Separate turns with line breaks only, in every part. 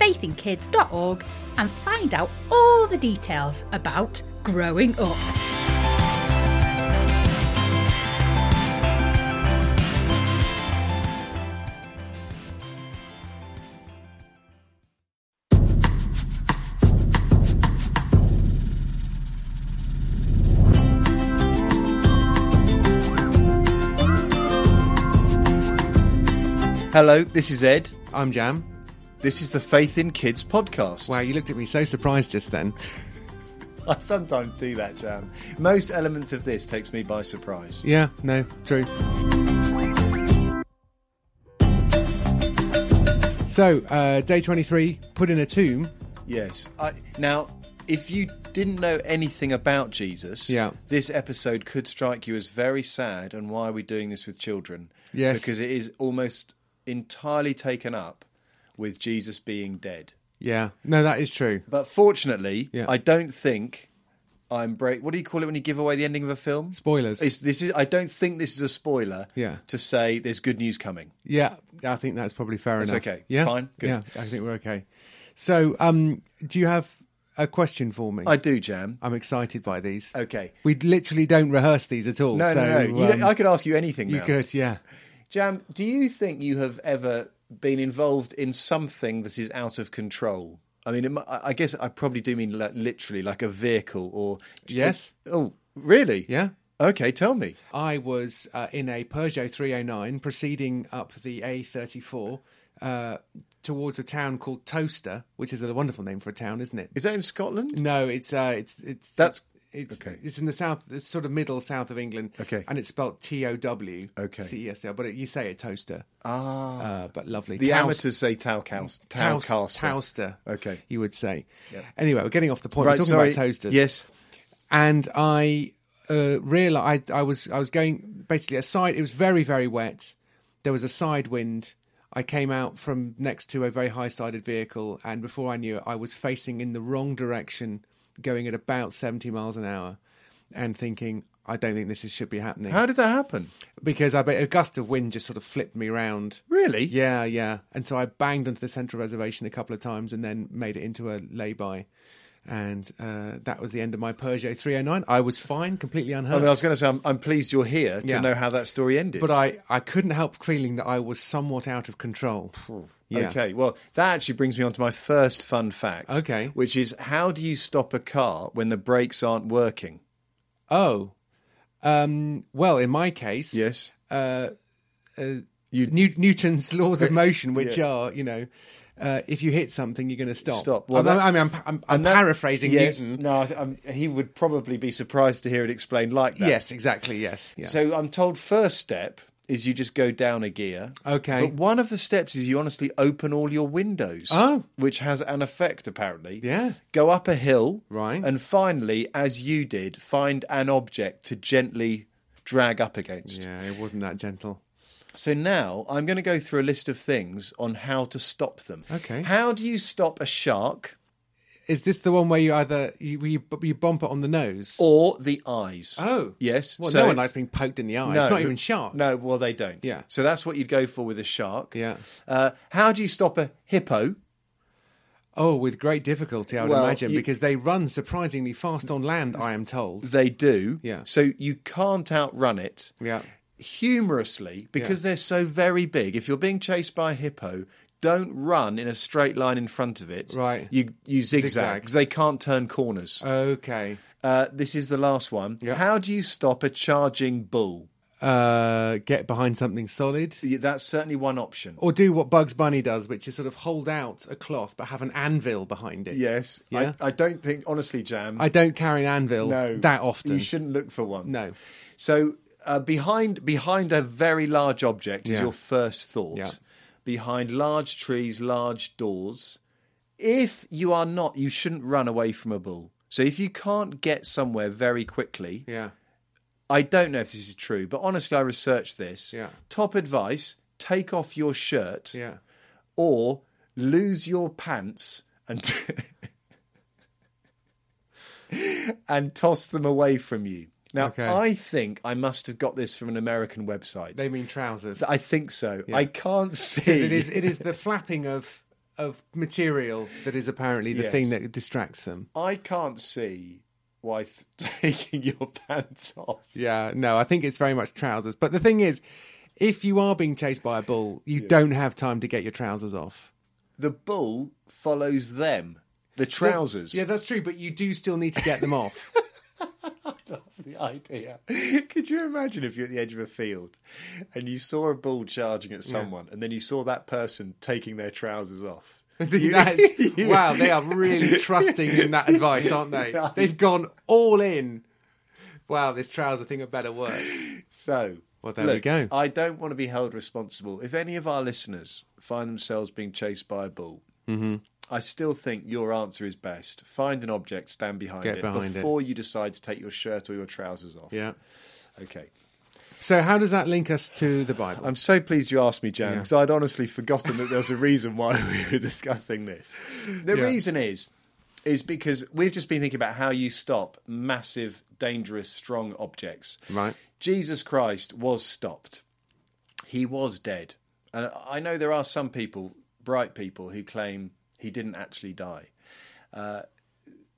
faithinkids.org and find out all the details about growing up.
Hello, this is Ed.
I'm Jam.
This is the Faith in Kids podcast.
Wow, you looked at me so surprised just then.
I sometimes do that, Jam. Most elements of this takes me by surprise.
Yeah, no, true. So, uh, day 23, put in a tomb.
Yes. I, now, if you didn't know anything about Jesus,
Yeah.
this episode could strike you as very sad. And why are we doing this with children?
Yes.
Because it is almost entirely taken up with Jesus being dead.
Yeah, no, that is true.
But fortunately,
Yeah.
I don't think I'm break. What do you call it when you give away the ending of a film?
Spoilers.
It's, this is. I don't think this is a spoiler.
Yeah.
To say there's good news coming.
Yeah, I think that's probably fair
That's
enough.
okay.
Yeah,
Fine, good.
Yeah, I think we're okay. So, um, do you have a question for me?
I do, Jam.
am excited by these.
Okay.
We literally don't rehearse these at all.
No,
so,
no, no. You-
um,
I could ask you anything.
you
now.
could, yeah.
Jam. Do you think you have ever been involved in something that is out of control? I mean, it mu- I I guess I probably do mean like, literally, like a vehicle or
Yes.
oh, really?
Yeah.
Okay, tell me.
I was uh, in a Peugeot 309 proceeding up the A34 uh, towards a town called Toaster, which is a wonderful name for a town, isn't it?
Is that in Scotland?
No, it's uh, it's it's
That's-
it's
okay.
it's in the south, it's sort of middle south of England.
Okay.
and it's spelled T O W.
Okay.
C E S L, but it, you say it Toaster. Ah, uh, but lovely.
The
Tows-
amateurs say Towcast.
Tows-
Towcaster.
Towster.
Okay.
you would say. Anyway, we're getting off the point.
Right,
we're talking
sorry.
about toasters
Yes.
and I uh, realized I, I was I was going basically a side. It was very very wet. There was a side wind. I came out from next to a very high sided vehicle, and before I knew it, I was facing in the wrong direction, going at about seventy miles an hour, and thinking. I don't think this is, should be happening
How did that happen?
because I bet a gust of wind just sort of flipped me round.
Really?
Yeah, yeah. And so I banged onto the central reservation a couple of times and then made it into a lay-by. And uh, that was the end of my Peugeot 309. I was fine, completely
I
unhurt.
mean, I was going to say, I'm, I'm pleased you're here to
Yeah.
know how that story ended.
but uh, I, I couldn't help feeling that I was somewhat out of control. Yeah.
Okay, well, that actually brings me on to my first fun fact.
Okay.
Which is how do you stop a car when the brakes aren't working?
Oh. Um, well, in my case,
Yes.
New- Newton's laws of motion, which are, you know, uh, if you hit something, you're going to stop.
Stop. Well,
I'm,
that-
I mean, I'm, I'm, I'm
And that-
paraphrasing
yes,
Newton.
No, I th- I'm, he would probably be surprised to hear it explained like that.
Yes, exactly. Yes. Yeah.
So I'm told first step is you just go down a gear.
Okay.
But one of the steps is you honestly open all your windows.
Oh.
Which has an effect apparently.
Yeah.
Go up a hill.
Right.
And finally, as you did, find an object to gently drag up against.
yeah, it wasn't that gentle.
So now I'm going to go through a list of things on how to stop them.
Okay.
How do you stop a shark
Is this the one where you either you where you, you bump it on the nose?
or the eyes?
oh,
yes.
Well,
So-
no one likes being poked in the eye.
No,
it's not even sharp.
No, well they don't.
Yeah.
So that's what you'd go for with a shark.
Yeah.
Uh, how do you stop a hippo?
Oh, with great difficulty, I would
Well,
imagine,
you-
because they run surprisingly fast on land. I am told.
They do.
Yeah.
So you can't outrun it.
Yeah.
Humorously, because they're so very big. If you're being chased by a hippo, don't run in a straight line in front of it.
Right.
You you zigzag
Zigzag.
because they can't turn corners.
Okay.
Uh, this is the last one.
Yeah.
How do you stop a charging bull?
Uh, get behind something solid.
Yeah, That's certainly one option.
Or do what Bugs Bunny does, which is sort of hold out a cloth but have an anvil behind it.
Yes.
Yeah.
I, I don't think, honestly, Jam.
I don't carry an anvil
no,
that often.
You shouldn't look for one.
No.
So uh, behind behind a very large object is
Yeah.
your first thought.
Yeah.
Behind large trees, large doors. If you are not, you shouldn't run away from a bull. So if you can't get somewhere very quickly,
Yeah.
I don't know if this is true, but honestly, I researched this.
Yeah.
Top advice: take off your shirt
Yeah.
or lose your pants and and toss them away from you. Now,
Okay.
I think I must have got this from an American website.
They mean trousers.
I think so. I can't see.
it is it is the flapping of of material that is apparently the
Yes.
thing that distracts them.
I can't see why th- taking your pants off.
Yeah, no, I think it's very much trousers. But the thing is, if you are being chased by a bull, you don't have time to get your trousers off.
The bull follows them. The trousers.
Yeah, that's true, but you do still need to get them off.
the idea. Could you imagine if you're at the edge of a field and you saw a bull charging at someone and then you saw that person taking their trousers off? You-
That's, wow, they are really trusting in that advice, aren't they? They've gone all in. Wow, this trouser thing had better work.
so,
Well, there we
look,
go.
I don't want to be held responsible. If any of our listeners find themselves being chased by a bull,
Mm-hmm.
I still think your answer is best. Find an object, stand behind
Get
it
behind it.
before you decide to take your shirt or your trousers off.
Yeah.
Okay.
So, how does that link us to the Bible?
I'm so pleased you asked me, Jan,
Yeah.
because I'd honestly forgotten that there's a reason why we were discussing this. The
Yeah.
reason is, is because we've just been thinking about how you stop massive, dangerous, strong objects.
Right.
Jesus Christ was stopped. He was dead. Uh, I know there are some people, bright people, who claim he didn't actually die. Uh,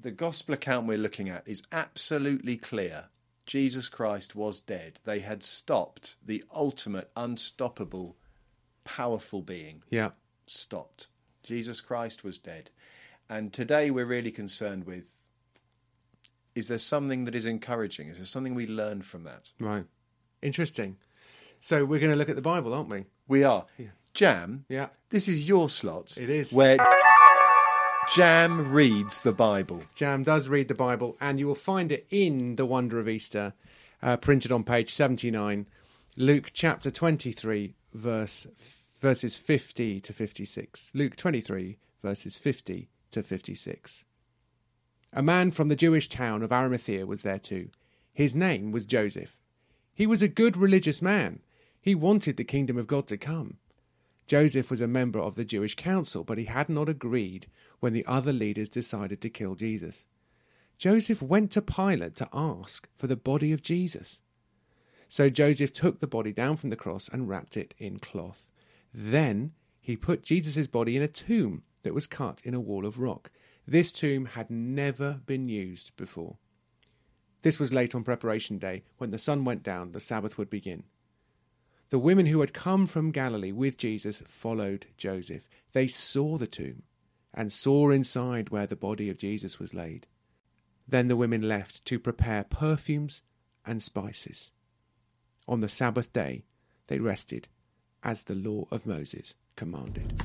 the gospel account we're looking at is absolutely clear. Jesus Christ was dead. They had stopped the ultimate, unstoppable, powerful being
Yeah.
stopped. Jesus Christ was dead. And today we're really concerned with is there something that is encouraging? Is there something we learn from that?
Right. Interesting. So, we're going to look at the Bible, aren't we?
We are. Jam,
Yeah.
this is your slot.
It is.
Where Jam reads the Bible.
Jam does read the Bible, and you will find it in The Wonder of Easter, uh, printed on page 79, Luke chapter 23, verse verses 50 to 56. Luke 23, verses 50 to 56. A man from the Jewish town of Arimathea was there too. His name was Joseph. He was a good religious man. He wanted the kingdom of God to come. Joseph was a member of the Jewish council, but he had not agreed when the other leaders decided to kill Jesus. Joseph went to Pilate to ask for the body of Jesus. So Joseph took the body down from the cross and wrapped it in cloth. Then he put Jesus' body in a tomb that was cut in a wall of rock. This tomb had never been used before. This was late on preparation day. When the sun went down, the Sabbath would begin. The women who had come from Galilee with Jesus followed Joseph. They saw the tomb and saw inside where the body of Jesus was laid. Then the women left to prepare perfumes and spices. On the Sabbath day, they rested as the law of Moses commanded.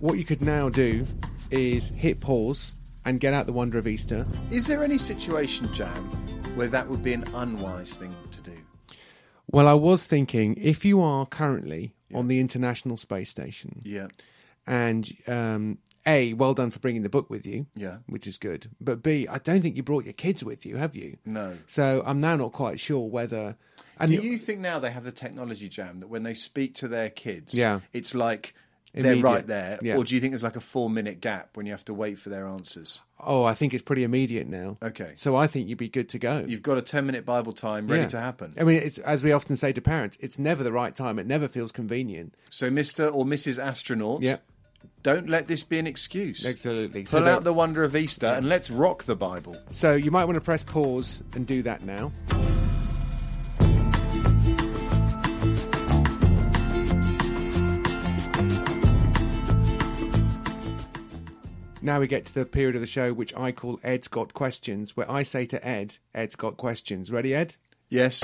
What you could now do is hit pause and get out the wonder of Easter.
Is there any situation, Jam, where that would be an unwise thing to do?
Well, I was thinking if you are currently on the International Space Station,
Yeah.
and um, a well done for bringing the book with you
Yeah.
which is good but b i don't think you brought your kids with you have you
No.
so i'm now not quite sure whether and
Do you think now they have the technology, Jam, that when they speak to their kids,
Yeah.
it's like they're
Immediate.
right there?
Yeah.
Or do you think there's like a four minute gap when you have to wait for their answers?
oh i think it's pretty immediate now
Okay.
so i think you'd be good to go
You've got a 10 minute Bible time ready
Yeah.
to happen.
i mean it's as we often say to parents it's never the right time it never feels convenient
So, Mr. or Mrs. Astronaut,
Yeah.
don't let this be an excuse.
absolutely so,
Pull
don't-
out the wonder of Easter and let's rock the Bible.
so you might want to press pause and do that now now we get to the period of the show which I call Ed's Got Questions, where I say to Ed, Ed's Got Questions. Ready, Ed?
Yes.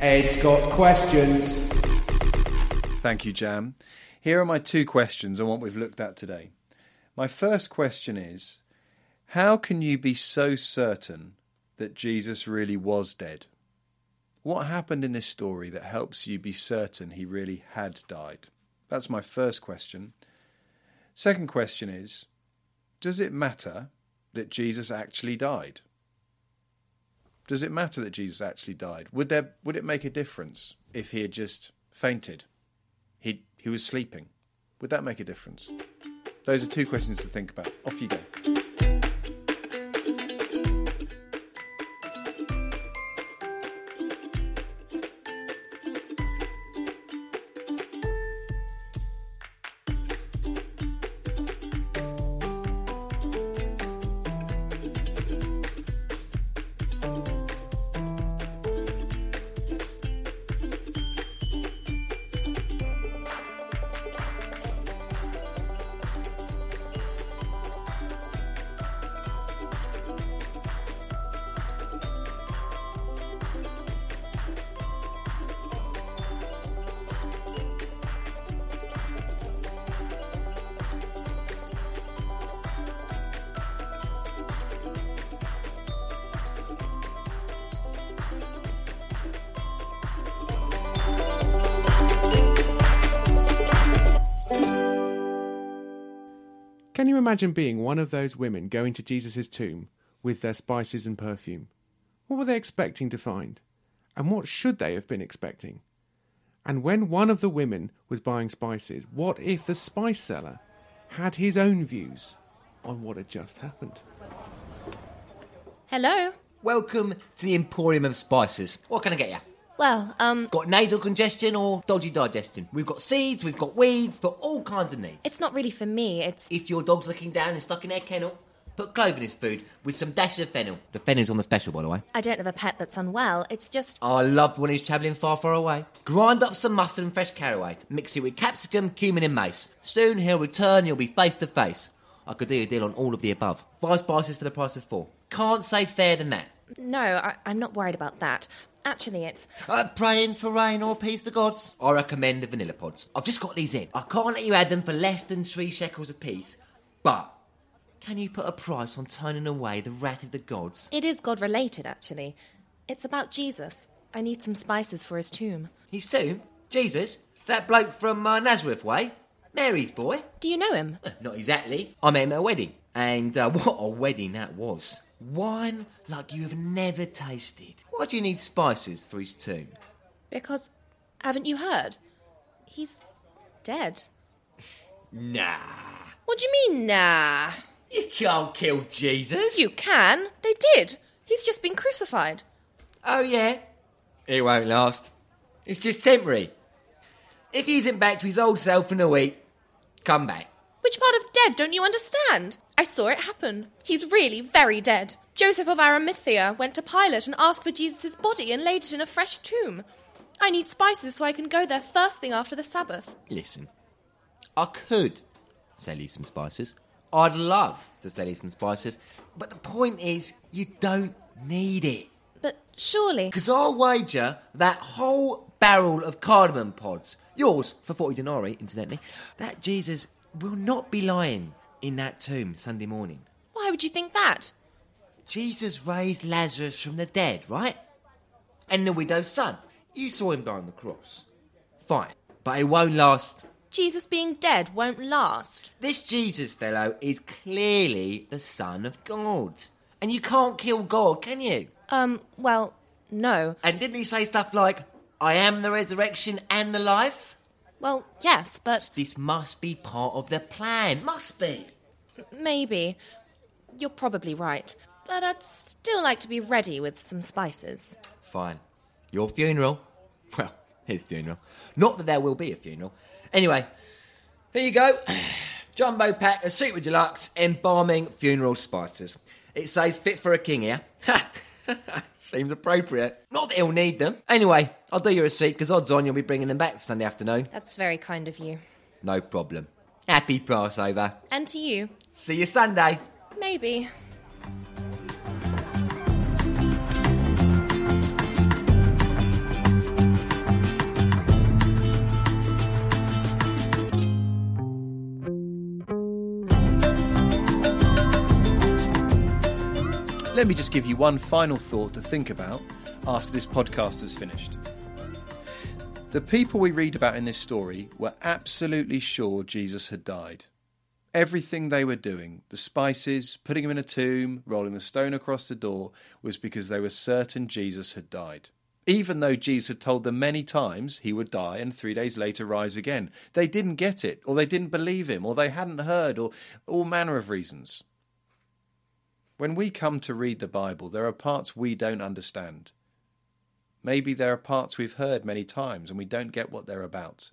Ed's Got Questions.
Thank you, Jam. Here are my two questions on what we've looked at today. My first question is How can you be so certain that Jesus really was dead? What happened in this story that helps you be certain he really had died? That's my first question. Second question is Does it matter that Jesus actually died? Does it matter that Jesus actually died? Would there would it make a difference if he had just fainted? He he was sleeping. Would that make a difference? Those are two questions to think about. Off you go.
Can you imagine being one of those women going to Jesus' tomb with their spices and perfume? What were they expecting to find? And what should they have been expecting? And when one of the women was buying spices, what if the spice seller had his own views on what had just happened?
Hello.
Welcome to the Emporium of Spices. What can I get you?
Well, um,
Got nasal congestion or dodgy digestion? We've got seeds, we've got weeds, but all kinds of needs.
It's not really for me. It's
If your dog's looking down and stuck in their kennel, put clove in his food with some dashes of fennel. The fennel's on the special, by the way.
I don't have a pet that's unwell. It's just
I loved when he was travelling far, far away. Grind up some mustard and fresh caraway. Mix it with capsicum, cumin, and mace. Soon he'll return, you'll be face to face. I could do a deal on all of the above. Five spices for the price of four. Can't say fair than that.
no. I, I'm not worried about that. Actually, it's
Uh, praying for rain or peace the gods. I recommend the vanilla pods. I've just got these in. I can't let you add them for less than three shekels apiece. But can you put a price on turning away the wrath of the gods?
it is God related. Actually, it's about Jesus. I need some spices for his tomb.
He's soon. Jesus, that bloke from uh, Nazareth way, Mary's boy.
Do you know him?
Eh, Not exactly. I met him at a wedding, and uh, what a wedding that was! Wine like you have never tasted. Why do you need spices for his tomb?
Because haven't you heard? He's dead.
Nah,
What do you mean, nah?
you can't kill Jesus.
You can. They did. He's just been crucified.
Oh, yeah. It won't last. It's just temporary. If he isn't back to his old self in a week, come back.
Which part of dead don't you understand? I saw it happen. He's really very dead. Joseph of Arimathea went to Pilate and asked for Jesus' body and laid it in a fresh tomb. I need spices so I can go there first thing after the Sabbath.
Listen, I could sell you some spices. I'd love to sell you some spices. But the point is, you don't need it.
But surely.
Because I'll wager that whole barrel of cardamom pods, yours for 40 denarii, incidentally, that Jesus will not be lying in that tomb Sunday morning.
Why would you think that?
Jesus raised Lazarus from the dead, right? And the widow's son. You saw him go on the cross. Fine, but it won't last.
Jesus being dead won't last.
This Jesus fellow is clearly the Son of God. And you can't kill God, can you?
Um, well, no.
And didn't he say stuff like, I am the resurrection and the life?
Well, yes, but
This must be part of the plan. Must be.
maybe. You're probably right. But I'd still like to be ready with some spices.
Fine. Your funeral. Well, his funeral. Not that there will be a funeral. Anyway, there you go. Jumbo pack of super deluxe embalming funeral spices. It says fit for a king here. Seems appropriate. Not that he'll need them. Anyway, I'll do you a receipt because odds on you'll be bringing them back for Sunday afternoon.
That's very kind of you.
No problem. Happy Passover.
And to you.
See you Sunday.
Maybe.
Let me just give you one final thought to think about after this podcast is finished. The people we read about in this story were absolutely sure Jesus had died. Everything they were doing, the spices, putting him in a tomb, rolling the stone across the door, was because they were certain Jesus had died. Even though Jesus had told them many times he would die and three days later rise again, they didn't get it, or they didn't believe him, or they hadn't heard, or all manner of reasons. When we come to read the Bible, there are parts we don't understand. Maybe there are parts we've heard many times and we don't get what they're about.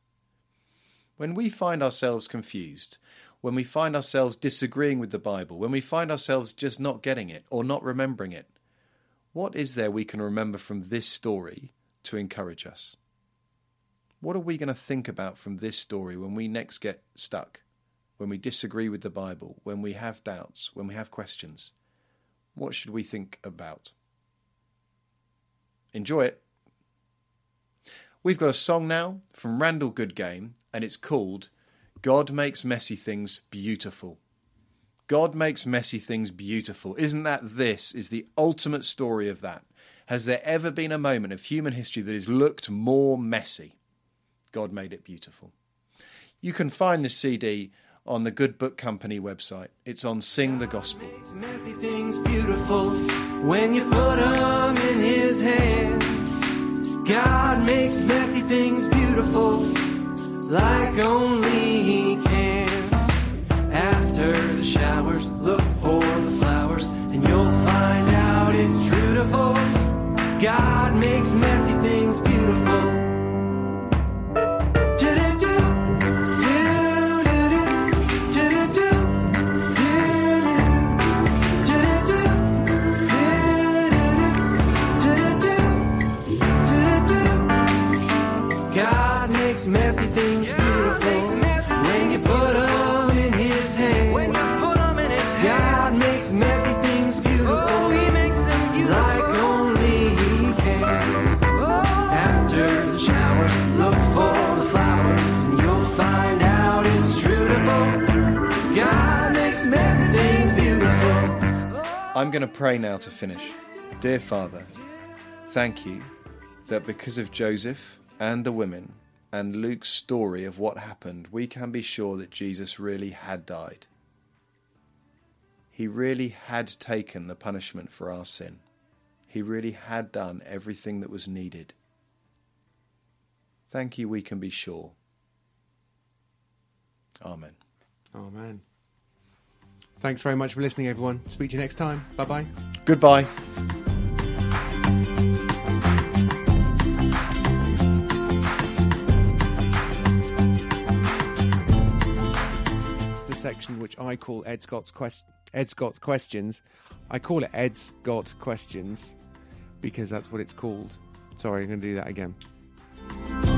When we find ourselves confused, when we find ourselves disagreeing with the Bible, when we find ourselves just not getting it or not remembering it, what is there we can remember from this story to encourage us? What are we going to think about from this story when we next get stuck, when we disagree with the Bible, when we have doubts, when we have questions? What should we think about? Enjoy it. We've got a song now from Randall Goodgame, and it's called God Makes Messy Things Beautiful. God makes messy things beautiful. Isn't that this is the ultimate story of that? Has there ever been a moment of human history that has looked more messy? God made it beautiful. You can find this CD on the Good Book Company website. It's on Sing the Gospel.
makes messy things beautiful when you put them in his hands. God makes messy things beautiful like only he can. After the showers, look for the flowers and you'll find out it's beautiful. God makes messy things beautiful. Do-do-do, do-do-do, do-do-do, do-do-do. God makes messy things beautiful when you put them in His hand. God makes messy things beautiful. Like only He can. After the shower, look for the flowers, and you'll find out it's beautiful. God makes messy things beautiful.
I'm going to pray now to finish. Dear Father, thank you that because of Joseph and the women and Luke's story of what happened, we can be sure that Jesus really had died. He really had taken the punishment for our sin. He really had done everything that was needed. Thank you, we can be sure. Amen.
Oh, man. Thanks very much for listening, everyone. Speak to you next time. Bye bye.
Goodbye.
the section which I call Ed Scott's quest- Ed Scott's questions. I call it Ed Scott questions because that's what it's called. Sorry, I'm going to do that again.